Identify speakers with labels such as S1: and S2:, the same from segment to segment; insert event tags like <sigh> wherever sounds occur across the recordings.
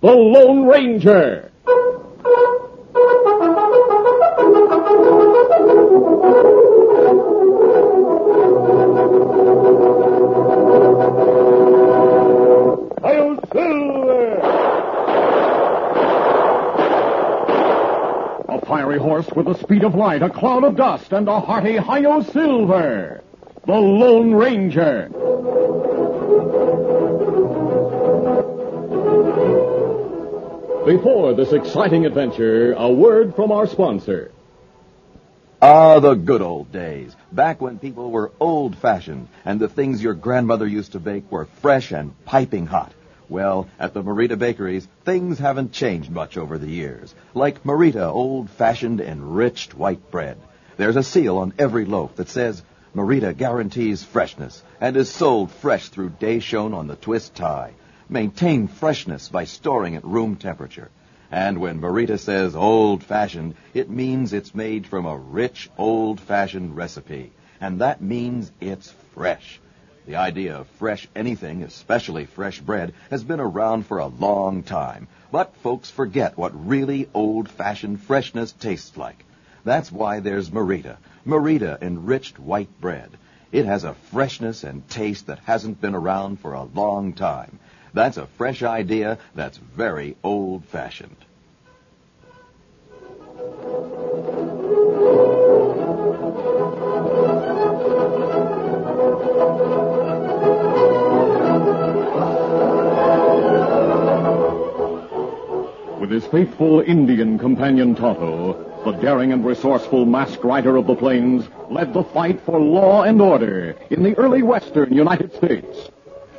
S1: The Lone Ranger. Hail Silver! A fiery horse with the speed of light, a cloud of dust, and a hearty Hail Silver. The Lone Ranger. Before this exciting adventure, a word from our sponsor.
S2: Ah, the good old days. Back when people were old fashioned and the things your grandmother used to bake were fresh and piping hot. Well, at the Marita Bakeries, things haven't changed much over the years. Like Marita old fashioned enriched white bread. There's a seal on every loaf that says, Marita guarantees freshness and is sold fresh through day shown on the twist tie. Maintain freshness by storing at room temperature. And when Marita says old fashioned, it means it's made from a rich old fashioned recipe. And that means it's fresh. The idea of fresh anything, especially fresh bread, has been around for a long time. But folks forget what really old fashioned freshness tastes like. That's why there's Marita. Marita enriched white bread. It has a freshness and taste that hasn't been around for a long time. That's a fresh idea that's very old fashioned.
S1: With his faithful Indian companion Tonto, the daring and resourceful masked rider of the plains led the fight for law and order in the early western United States.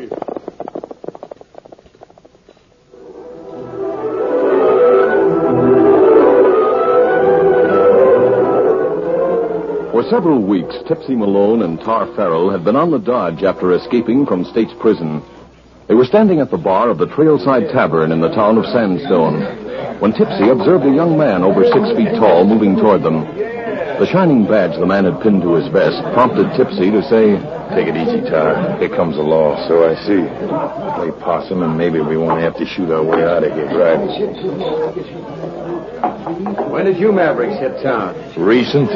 S1: Away!
S3: For several weeks, Tipsy Malone and Tar Farrell had been on the dodge after escaping from state's prison. They were standing at the bar of the Trailside Tavern in the town of Sandstone when Tipsy observed a young man over six feet tall moving toward them. The shining badge the man had pinned to his vest prompted Tipsy to say,
S4: Take it easy, Tar. Here comes the law, so I see. Play possum, and maybe we won't have to shoot our way out of here. Right.
S5: When did you Mavericks hit town?
S4: Recent?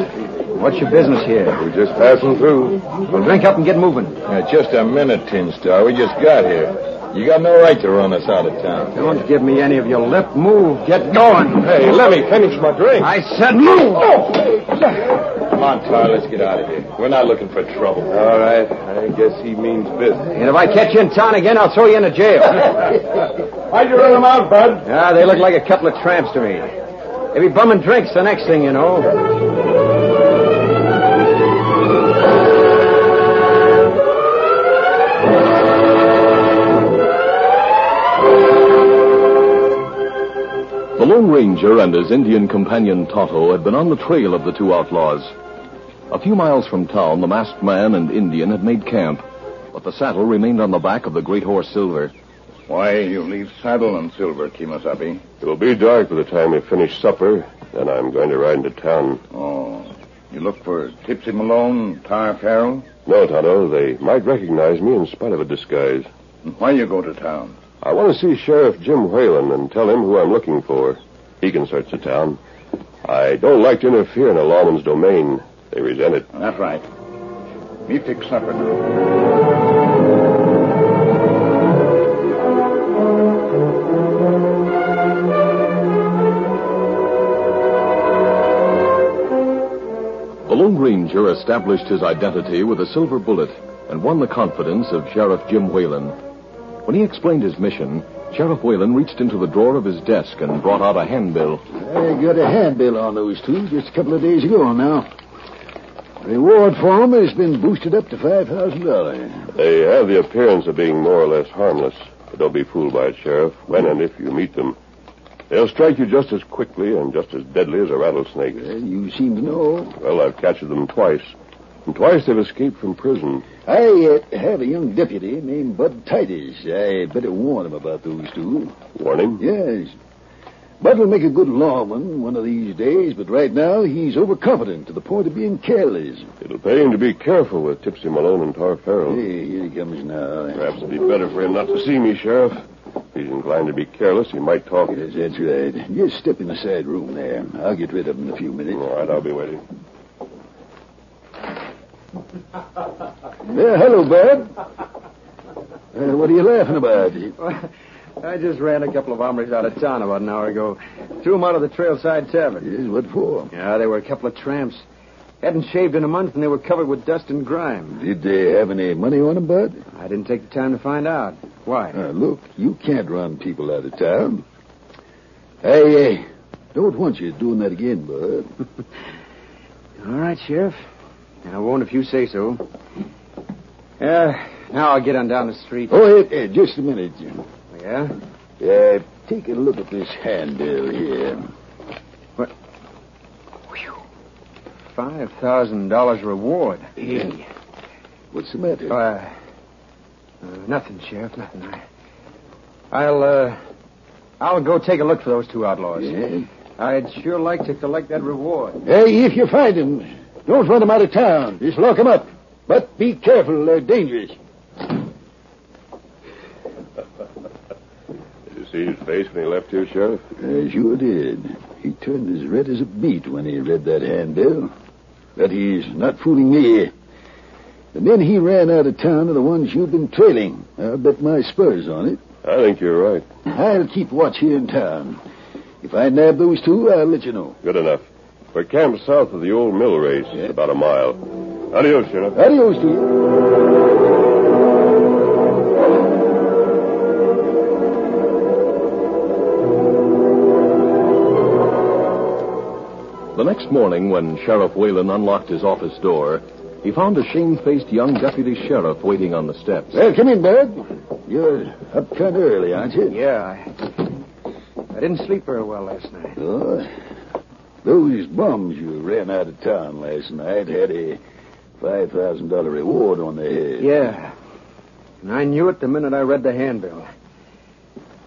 S5: What's your business here?
S4: We're just passing through.
S5: Well, drink up and get moving.
S4: Yeah, just a minute, Tin Star. We just got here. You got no right to run us out of town.
S5: Don't give me any of your lip. Move. Get going.
S4: Hey, let me finish my drink. Oh,
S5: I said move.
S4: Come on, Tar. Let's get out of here. We're not looking for trouble. All right. I guess he means business.
S5: And if I catch you in town again, I'll throw you
S4: <laughs>
S5: into jail.
S4: Why'd you run him out, bud?
S5: ah, they look like a couple of tramps to me. They be bumming drinks the next thing you know.
S3: The Lone Ranger and his Indian companion Tonto had been on the trail of the two outlaws. A few miles from town, the masked man and Indian had made camp, but the saddle remained on the back of the great horse Silver.
S4: Why, you leave saddle and silver, Kimasabi. It will be dark by the time we finish supper. Then I'm going to ride into town.
S6: Oh, you look for Tipsy Malone, Tar Farrell?
S4: No, Oh, Tonto, they might recognize me in spite of a disguise.
S6: Why you go to town?
S4: I want to see Sheriff Jim Whalen and tell him who I'm looking for. He can search the town. I don't like to interfere in a lawman's domain. They resent it.
S6: That's right. Me fix supper.
S3: The Lone Ranger established his identity with a silver bullet and won the confidence of Sheriff Jim Whalen. When he explained his mission, Sheriff Whalen reached into the drawer of his desk and brought out a handbill.
S7: I got a handbill on those two just a couple of days ago now. Reward for 'em has been boosted up to $5,000.
S4: They have the appearance of being more or less harmless. But don't be fooled by it, Sheriff, when and if you meet them. They'll strike you just as quickly and just as deadly as a rattlesnake.
S7: Well, you seem to know.
S4: Well, I've captured them twice. And twice they've escaped from prison.
S7: I uh, have a young deputy named Bud Titus. I better warn him about those two.
S4: Warning?
S7: Yes. Bud'll make a good lawman one of these days, but right now he's overconfident to the point of being careless.
S4: It'll pay him to be careful with Tipsy Malone and Tar Farrell.
S7: Hey, here he comes now.
S4: Perhaps it'd be better for him not to see me, Sheriff. If he's inclined to be careless, he might talk.
S7: Yes, that's right. Just step in the side room there. I'll get rid of him in a few minutes.
S4: All right, I'll be waiting.
S7: Yeah, hello, Bud. Uh, what are you laughing about?
S5: <laughs> I just ran a couple of hombres out of town about an hour ago. Threw them out of the trailside tavern.
S7: Yes, what for?
S5: Yeah, they were a couple of tramps. Hadn't shaved in a month, and they were covered with dust and grime.
S7: Did they have any money on them, Bud?
S5: I didn't take the time to find out. Why?
S7: Uh, look, you can't run people out of town. Hey, hey, don't want you doing that again,
S5: <laughs>
S7: Bud.
S5: All right, Sheriff. I won't if you say so. Uh, now I'll get on down the street.
S7: Oh, hey, hey, just a minute. Jim.
S5: Yeah?
S7: Uh, take a look at this handle here.
S5: Five thousand dollars reward.
S7: Yeah. What's the matter?
S5: Uh, uh, nothing, Sheriff. Nothing. I, I'll uh, I'll go take a look for those two outlaws.
S7: Yeah.
S5: I'd sure like to collect that reward.
S7: Hey, if you find them, don't run them out of town. Just lock them up. But be careful, they're dangerous.
S4: Did you see his face when he left here, Sheriff?
S7: Uh, sure did. He turned as red as a beet when he read that handbill. But he's not fooling me. And then he ran out of town to the ones you've been trailing. I'll bet my spurs on it.
S4: I think you're right.
S7: I'll keep watch here in town. If I nab those two, I'll let you know.
S4: Good enough. We're camped south of the old mill race,
S7: Yeah.
S4: about a mile. Adios, Sheriff.
S7: Adios to you.
S3: The next morning, when Sheriff Whalen unlocked his office door, he found a shamefaced young deputy sheriff waiting on the steps.
S7: Well, come in, Bud. You're up kind of early, aren't you?
S5: Yeah. I, I didn't sleep very well last night.
S7: Oh, those bums you ran out of town last night had a $5,000 reward on their head.
S5: Yeah. And I knew it the minute I read the handbill.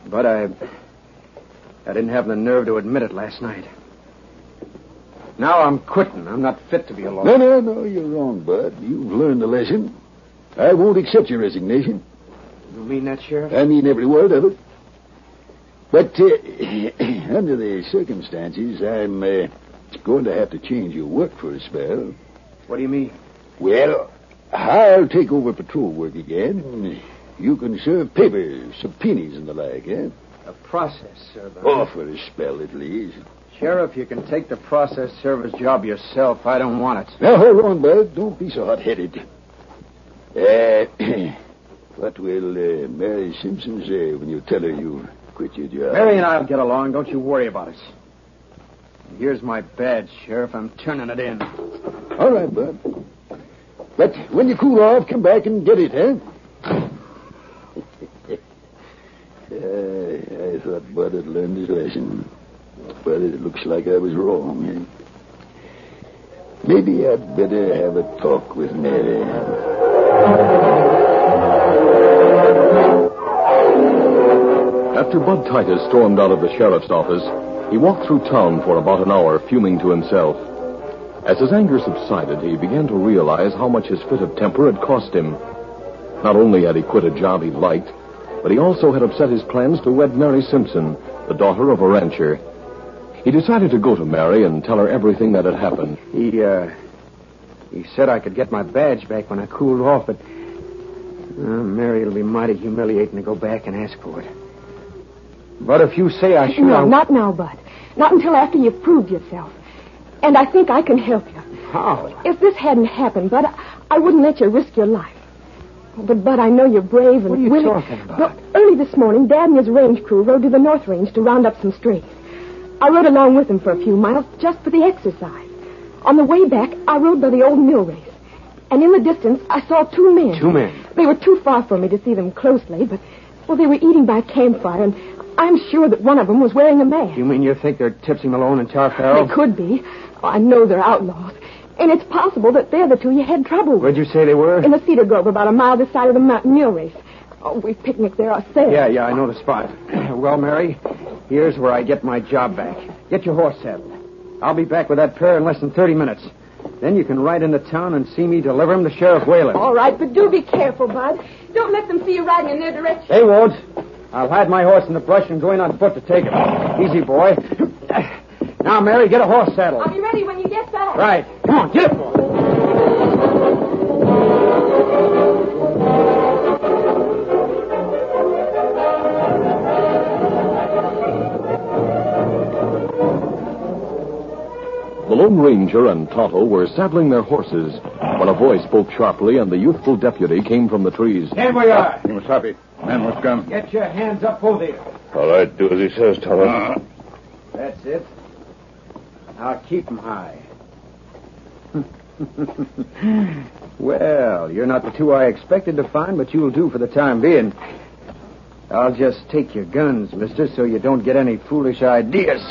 S5: But I I didn't have the nerve to admit it last night. Now I'm quitting. I'm not fit to be a lawyer.
S7: No, no, no, you're wrong, Bud. You've learned the lesson. I won't accept your resignation.
S5: You mean that, Sheriff?
S7: I mean every word of it. But uh, <clears throat> under the circumstances, I'm uh, going to have to change your work for a spell.
S5: What do you mean?
S7: Well, I'll take over patrol work again. You can serve papers, subpoenas, and the like, eh?
S5: A process server.
S7: Oh, for a spell, at least.
S5: Sheriff, you can take the process server's job yourself. I don't want it.
S7: Now, hold on, Bud. Don't be so hot-headed. Uh, <clears throat> what will uh, Mary Simpson say when you tell her you quit your job?
S5: Mary and I'll get along. Don't you worry about it. Here's my badge, Sheriff. I'm turning it in.
S7: All right, Bud. But when you cool off, come back and get it, <laughs> eh? Uh, I thought Bud had learned his lesson. But it looks like I was wrong. eh? Maybe I'd better have a talk with Mary.
S3: After Bud Titus stormed out of the sheriff's office, he walked through town for about an hour, fuming to himself. As his anger subsided, he began to realize how much his fit of temper had cost him. Not only had he quit a job he liked, but he also had upset his plans to wed Mary Simpson, the daughter of a rancher. He decided to go to Mary and tell her everything that had happened.
S5: He, uh, he said I could get my badge back when I cooled off, but. Uh, Mary, it'll be mighty humiliating to go back and ask for it. But if you say I should.
S8: No,
S5: I'll-
S8: not now, Bud. Not until after you've proved yourself. And I think I can help you.
S5: How?
S8: If this hadn't happened, Bud, I- I wouldn't let you risk your life. But, Bud, I know you're brave and
S5: What are you
S8: willing.
S5: talking about?
S8: Well, early this morning, Dad and his range crew rode to the North Range to round up some strays. I rode along with them for a few miles just for the exercise. On the way back, I rode by the old mill race. And in the distance, I saw two men.
S5: Two men.
S8: They were too far for me to see them closely, but, well, they were eating by a campfire, and I'm sure that one of them was wearing a mask.
S5: You mean you think they're Tipsy Malone and Tar
S8: They
S5: Farrell?
S8: could be. Oh, I know they're outlaws. And it's possible that they're the two you had trouble with.
S5: Where'd you say they were?
S8: In the Cedar Grove, about a mile this side of the mountain mule race. Oh, we picnicked there ourselves.
S5: Yeah, yeah, I know the spot. <clears throat> well, Mary, here's where I get my job back. Get your horse saddled. I'll be back with that pair in less than 30 minutes. Then you can ride into town and see me deliver 'em to Sheriff Whalen.
S8: All right, but do be careful, Bud. Don't let them see you riding in their direction.
S5: They won't. I'll hide my horse in the brush and go in on foot to take 'em. Easy, boy. <clears throat> Now, Mary, get a horse saddled.
S8: I'll be ready when you get back.
S5: Right. Come on, get it, boy.
S3: The Lone Ranger and Tonto were saddling their horses when a voice spoke sharply and the youthful deputy came from the trees.
S5: Here we are.
S6: You must stop it. Oh, Man must come.
S5: Get your hands up over there.
S4: All right, do as he says, Tonto.
S5: That's it. Now keep 'em high. <laughs> well, you're not the two I expected to find, but you'll do for the time being. I'll just take your guns, mister, so you don't get any foolish ideas.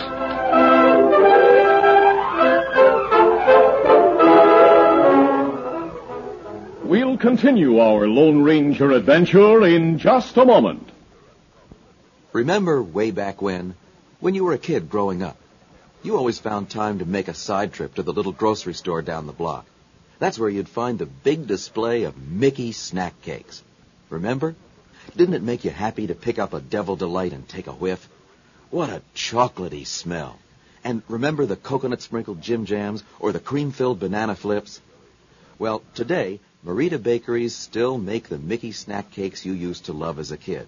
S1: We'll continue our Lone Ranger adventure in just a moment.
S2: Remember way back when, when you were a kid growing up, you always found time to make a side trip to the little grocery store down the block. That's where you'd find the big display of Mickey snack cakes. Remember? Didn't it make you happy to pick up a Devil Delight and take a whiff? What a chocolatey smell. And remember the coconut sprinkled Jim Jams or the cream filled banana flips? Well, today, Marita Bakeries still make the Mickey snack cakes you used to love as a kid.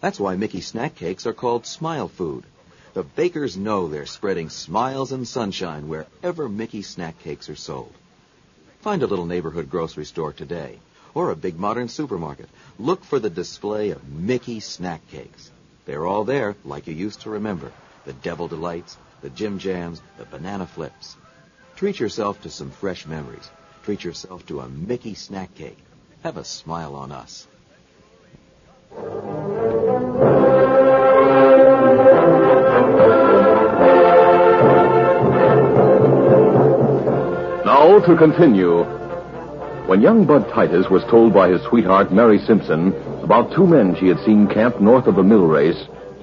S2: That's why Mickey snack cakes are called smile food. The bakers know they're spreading smiles and sunshine wherever Mickey snack cakes are sold. Find a little neighborhood grocery store today or a big modern supermarket. Look for the display of Mickey snack cakes. They're all there like you used to remember. The Devil Delights, the Jim Jams, the Banana Flips. Treat yourself to some fresh memories. Treat yourself to a Mickey snack cake. Have a smile on us.
S3: Now to continue. When young Bud Titus was told by his sweetheart Mary Simpson about two men she had seen camped north of the mill race,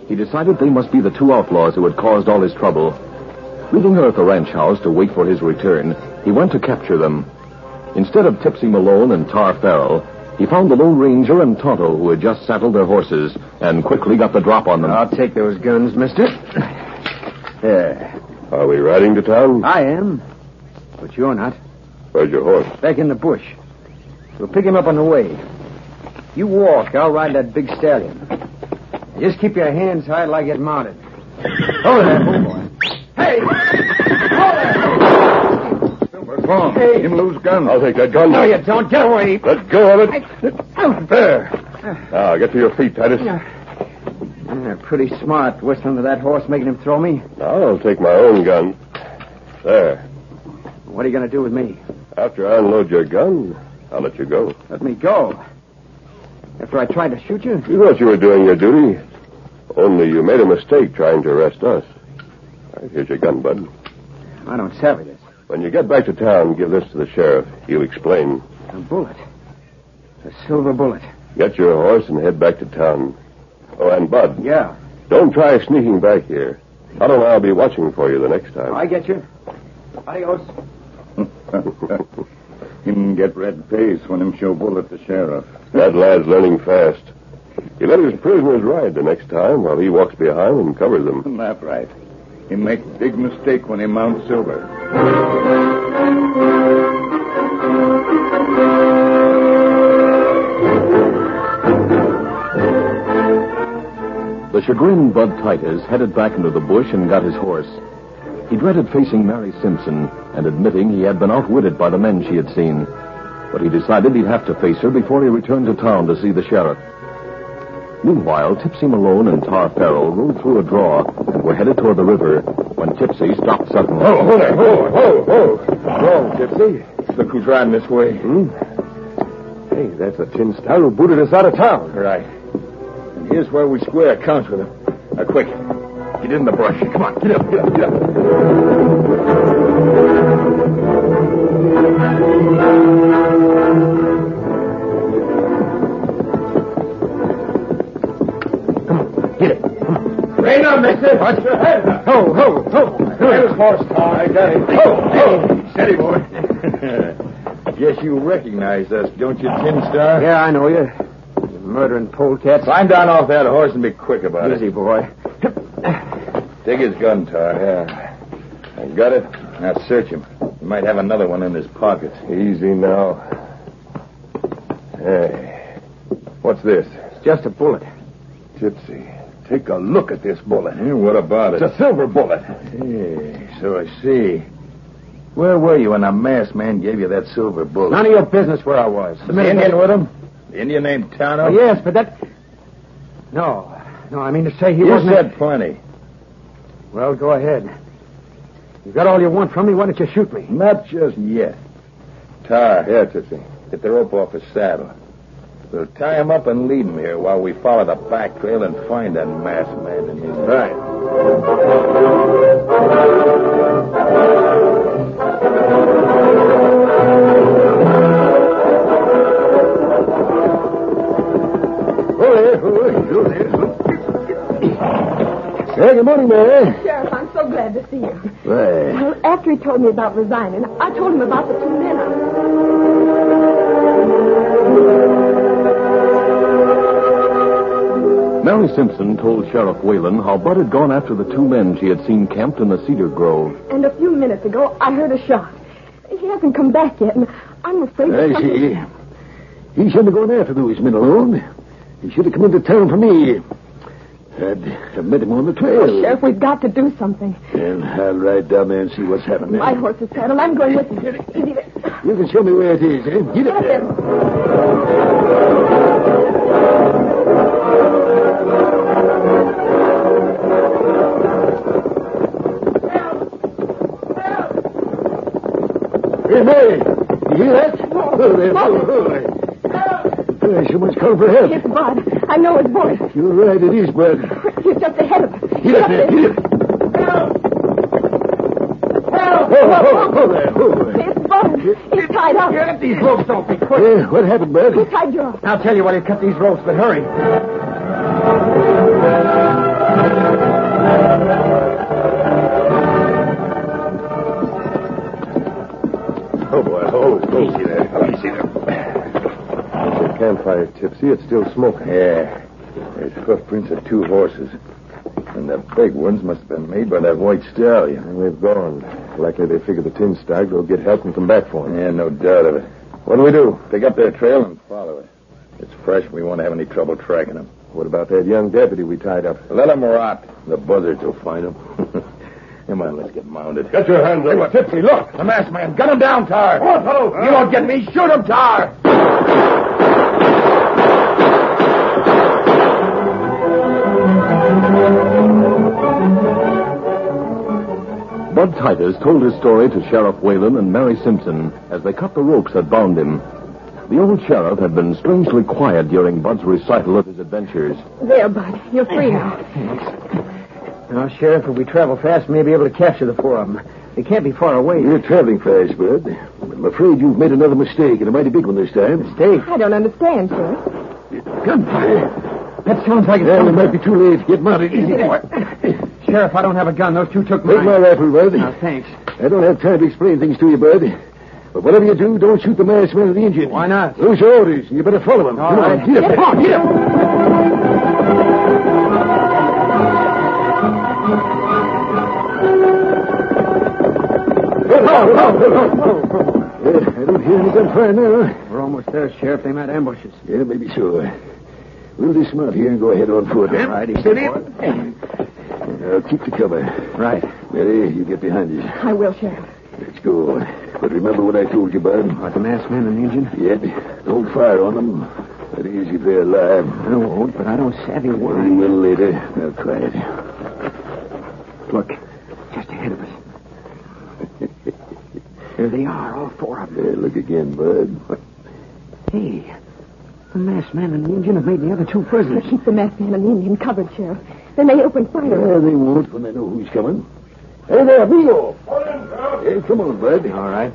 S3: he decided they must be the two outlaws who had caused all his trouble. Leaving her at the ranch house to wait for his return, he went to capture them. Instead of Tipsy Malone and Tar Farrell, he found the Lone Ranger and Tonto who had just saddled their horses and quickly got the drop on them.
S5: I'll take those guns, mister. There.
S4: Are we riding to town?
S5: I am. But you're not.
S4: Where's your horse?
S5: Back in the bush. We'll pick him up on the way. You walk. I'll ride that big stallion. Just keep your hands high till I get mounted. Hold there, old boy. Hey!
S6: What's wrong?
S5: Hey.
S6: Him lose gun.
S4: I'll take that gun.
S5: No, you don't. Get away.
S4: Let go of it.
S5: Out.
S4: There. Now, get to your feet, Titus.
S5: Yeah, pretty smart whistling to that horse, making him throw me.
S4: Now, I'll take my own gun. There.
S5: What are you going to do with me?
S4: After I unload your gun, I'll let you go.
S5: Let me go. After I tried to shoot you?
S4: You thought you were doing your duty. Only you made a mistake trying to arrest us. All right, here's your gun, Bud.
S5: I don't savvy this.
S4: When you get back to town, give this to the sheriff. He'll explain.
S5: A bullet. A silver bullet.
S4: Get your horse and head back to town. Oh, and Bud,
S5: Yeah.
S4: don't try sneaking back here. Tonto and I'll be watching for you the next time.
S5: I get you. Adios.
S6: Him get red face when him show bullet to sheriff.
S4: That lad's learning fast. He let his prisoners ride the next time while he walks behind and covers them.
S6: Laugh right. He make big mistake when he mount Silver.
S3: The chagrined Bud Titus headed back into the bush and got his horse. He dreaded facing Mary Simpson and admitting he had been outwitted by the men she had seen. But he decided he'd have to face her before he returned to town to see the sheriff. Meanwhile, Tipsy Malone and Tar Farrell rode through a draw and were headed toward the river when Tipsy stopped suddenly.
S6: Oh, hold it. Ho, ho, ho. Wrong, Tipsy. Look who's riding this way.
S4: Hmm? Hey, that's a tin stout who booted us out of town.
S6: Right. And here's where we square accounts with him. Now, quick. Get in the brush. Come on, get up, get up, get up.
S3: I got him. Oh, hey, steady, boy. Guess you recognize us, don't you, Tin Star?
S5: Yeah, I know you. You murdering polecats.
S3: Climb down off that horse and be quick about
S5: Easy, boy.
S3: it. Take his gun, Tar. Yeah. I got it. Now search him. He might have another one in his pocket. Easy now. Hey. What's this?
S5: It's just a bullet.
S3: Gypsy, take a look at this bullet. what about it? It's a silver bullet. Hey, so I see. Where were you when the masked man gave you that silver bullet?
S5: None of your business where I was.
S3: Was the Indian with him? The Indian named Tano?
S5: Oh, yes, but that. No. No, I mean to say he
S3: You
S5: wasn't.
S3: said plenty.
S5: Well, go ahead. You got all you want from me. Why don't you shoot me?
S3: Not just yet. Tar. Here, Tootsie. Get the rope off his saddle. We'll tie him up and lead him here while we follow the back trail and find that masked man in his. Right.
S7: Hey, good morning, Mary.
S8: Sheriff, I'm so glad to see you.
S7: Why,
S8: Well, after he told me about resigning, I told him about the two men. I-
S9: Mary Simpson told Sheriff Whalen how Bud had gone after the two men she had seen camped in the cedar grove.
S8: And a few minutes ago, I heard a shot. He hasn't come back yet, and I'm afraid.
S7: I
S8: something-
S7: see. He shouldn't have gone after those men alone. He should have come into town for me. I'd have met him on the trail.
S8: Sheriff, we've got to do something.
S7: And I'll ride down there and see what's happening.
S8: My horse is saddled. I'm going with you. Easy there.
S7: You can show me where it is, eh? Get up
S8: Get
S7: there.
S8: him.
S7: Hey, Mary! You hear that? Oh, there, boy. There's someone's calling for help.
S8: It's Bud. I know his voice.
S7: You're right, it is Bud.
S8: He's just ahead of us.
S7: Get up there, get up.
S8: Help!
S7: Oh, oh, oh, there, oh.
S8: It's Bud. He's tied up.
S5: Get these ropes off me quick.
S7: Hey, what happened,
S8: Who
S7: Bud?
S8: tied you up?
S5: I'll tell you what, he cut these ropes, but hurry.
S4: Oh, boy. Oh, easy there. Oh, easy there. There's a campfire, Tipsy. It's still smoking.
S3: Yeah. There's hoofprints of two horses. And the big ones must have been made by that white stallion.
S4: And we've gone. Likely they figured the tin stag will get help and come back for him.
S3: Yeah, no doubt of it. What do we do? Pick up their trail and follow it. It's fresh. We won't have any trouble tracking them.
S4: What about that young deputy we tied up?
S3: Let them rot. The buzzards will find <laughs> them. Come on, let's get mounted. Get your hands up. Tipsy, look. The masked man. Gun him down, Tar. What, fellow? You won't get me. Shoot him, Tar.
S9: Bud Titus told his story to Sheriff Whalen and Mary Simpson as they cut the ropes that bound him. The old sheriff had been strangely quiet during Bud's recital of his adventures.
S8: There, Bud. You're free now.
S5: Now, Sheriff, if we travel fast, we may be able to capture the four of them. They can't be far away.
S7: You're traveling fast, Bud. I'm afraid you've made another mistake, and a mighty big one this time.
S5: Dave,
S8: I don't understand, Sheriff.
S7: Gunfire.
S5: that sounds like
S7: Well, it might be too late. Get mounted. Easy, boy.
S5: <laughs> Sheriff, I don't have a gun. Those two took
S7: Take my
S5: mine.
S7: rifle, Bud.
S5: Now, thanks.
S7: I don't have time to explain things to you, Bud. But whatever you do, don't shoot the masked man or the Indian.
S5: Why not?
S7: Those are orders, and you better follow them.
S5: All
S7: Come
S5: right.
S7: on, get up. Come on, get up. Yeah, I don't hear any gunfire now.
S5: We're almost there, Sheriff. They might ambush us.
S7: Yeah, maybe so. We'll dismount here and go ahead on foot.
S5: All right, easy, boy.
S7: Now, keep the cover.
S5: Right.
S7: Mary, you get behind us.
S8: I will, Sheriff.
S7: Let's go. But remember what I told you, Bud.
S5: What, the masked man and the engine?
S7: Yet, don't fire on them. That is, if they're alive.
S5: I won't, but I don't savvy
S7: We
S5: why.
S7: will later. Now, quiet.
S5: Look, just ahead of us. there they are, all four of them.
S7: There, look again, Bud.
S5: Hey, the masked man and the engine have made the other two <laughs> prisoners.
S8: Keep the masked man and the Indian covered, Sheriff. Then they open fire.
S7: Yeah, they won't when they know who's coming. Hey there, Amigo. Hey, come on, Bud.
S5: All right.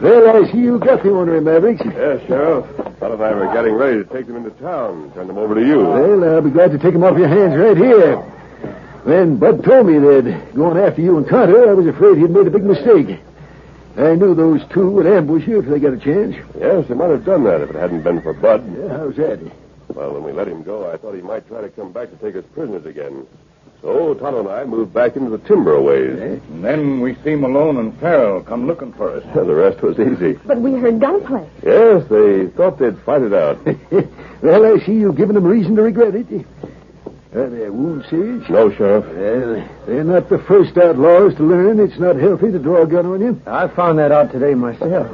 S7: Well, I see you got the ornery Mavericks.
S4: Yeah, Sheriff. Thought if I were getting ready to take them into town, turn them over to you.
S7: Well, I'll be glad to take them off your hands right here. When Bud told me they'd gone after you and Carter, I was afraid he'd made a big mistake. I knew those two would ambush you if they got a chance.
S4: Yes, they might have done that if it hadn't been for Bud.
S7: Yeah, how's that?
S4: Well, when we let him go, I thought he might try to come back to take us prisoners again. So Tonto and I moved back into the timber a ways.
S7: Eh?
S10: And then we see Malone and Farrell come looking for us.
S4: <laughs> The rest was easy.
S8: But we heard gunplay.
S4: Yes, they thought they'd fight it out.
S7: well, I see you've given them reason to regret it. Are their wounds serious?
S4: No, Sheriff.
S7: Well, they're not the first outlaws to learn it's not healthy to draw a gun on you.
S5: I found that out today myself.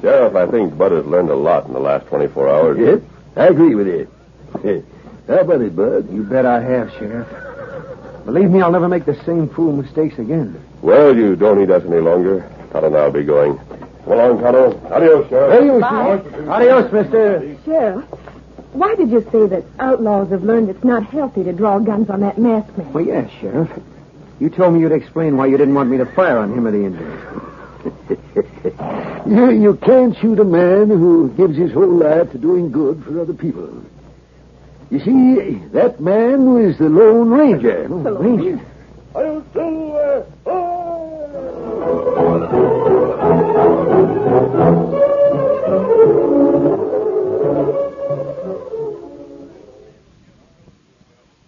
S4: Sheriff, I think Bud has learned a lot in the last 24 hours.
S7: Yep, Oh, I agree with you. How about it, Bud?
S5: You bet I have, Sheriff. Believe me, I'll never make the same fool mistakes again.
S4: Well, you don't need us any longer. Tonto and I'll be going. Come along, Tonto. Adios, Sheriff.
S8: Bye.
S5: Adios, mister.
S8: Sheriff, why did you say that outlaws have learned it's not healthy to draw guns on that masked man?
S5: Well, yes, Sheriff. You told me you'd explain why you didn't want me to fire on him or the Indians.
S7: You, you can't shoot a man who gives his whole life to doing good for other people. You see, that man was the Lone Ranger.
S8: Ranger.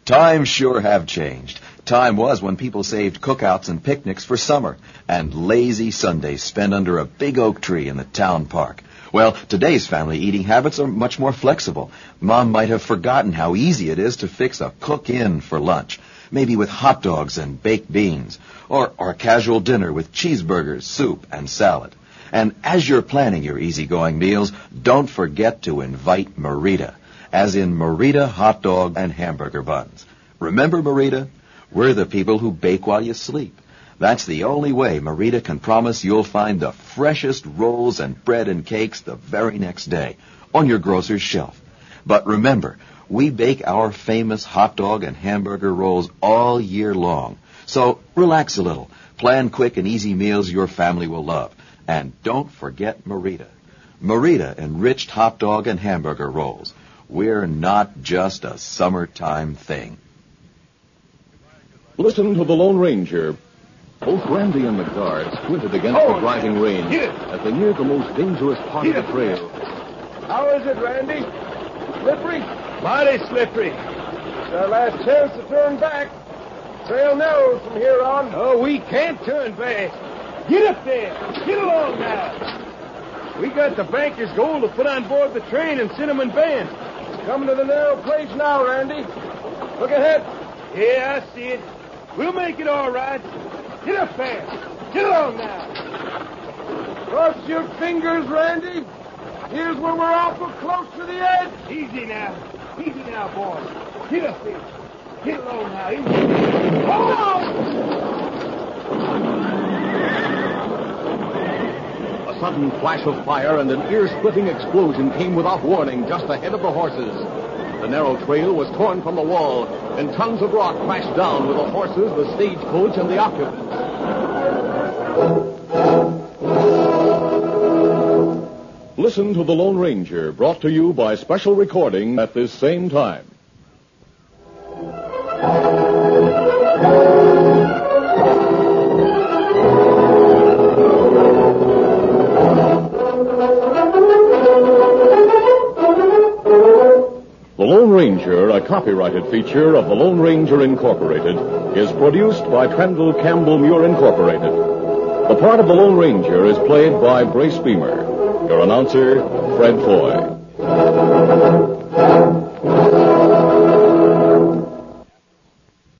S2: Times sure have changed. Time was when people saved cookouts and picnics for summer, and lazy Sundays spent under a big oak tree in the town park. Well, today's family eating habits are much more flexible. Mom might have forgotten how easy it is to fix a cook in for lunch, maybe with hot dogs and baked beans, or, or a casual dinner with cheeseburgers, soup, and salad. And as you're planning your easygoing meals, don't forget to invite Marita, as in Marita hot dog and hamburger buns. Remember, Marita, we're the people who bake while you sleep. That's the only way Marita can promise you'll find the freshest rolls and bread and cakes the very next day on your grocer's shelf. But remember, we bake our famous hot dog and hamburger rolls all year long. So relax a little. Plan quick and easy meals your family will love. And don't forget Marita. Marita enriched hot dog and hamburger rolls. We're not just a summertime thing.
S3: Listen to the Lone Ranger. Both Randy and the guard squinted against
S5: Oh,
S3: the driving rain as they neared the most dangerous part of the trail.
S5: How is it, Randy? Slippery? Mighty slippery. It's our last chance to turn back. Trail narrows from here on. Oh, we can't turn back. Get up there. Get along now. We got the banker's gold to put on board the train in Cinnamon Bend. Coming to the narrow place now, Randy. Look ahead. Yeah, I see it. We'll make it all right. Get up there. Get along now. Cross your fingers, Randy. Here's where we're awful close to the edge. Easy now. Easy now, boys. Get up there. Get along now. Easy. Hold on!
S3: A sudden flash of fire and an ear-splitting explosion came without warning just ahead of the horses. The narrow trail was torn from the wall, and tons of rock crashed down with the horses, the stagecoach, and the occupants. Listen to The Lone Ranger, brought to you by special recording at this same time. The Lone Ranger, a copyrighted feature of The Lone Ranger Incorporated, is produced by Trendle Campbell Muir Incorporated. The part of The Lone Ranger is played by Brace Beamer, your announcer, Fred Foy.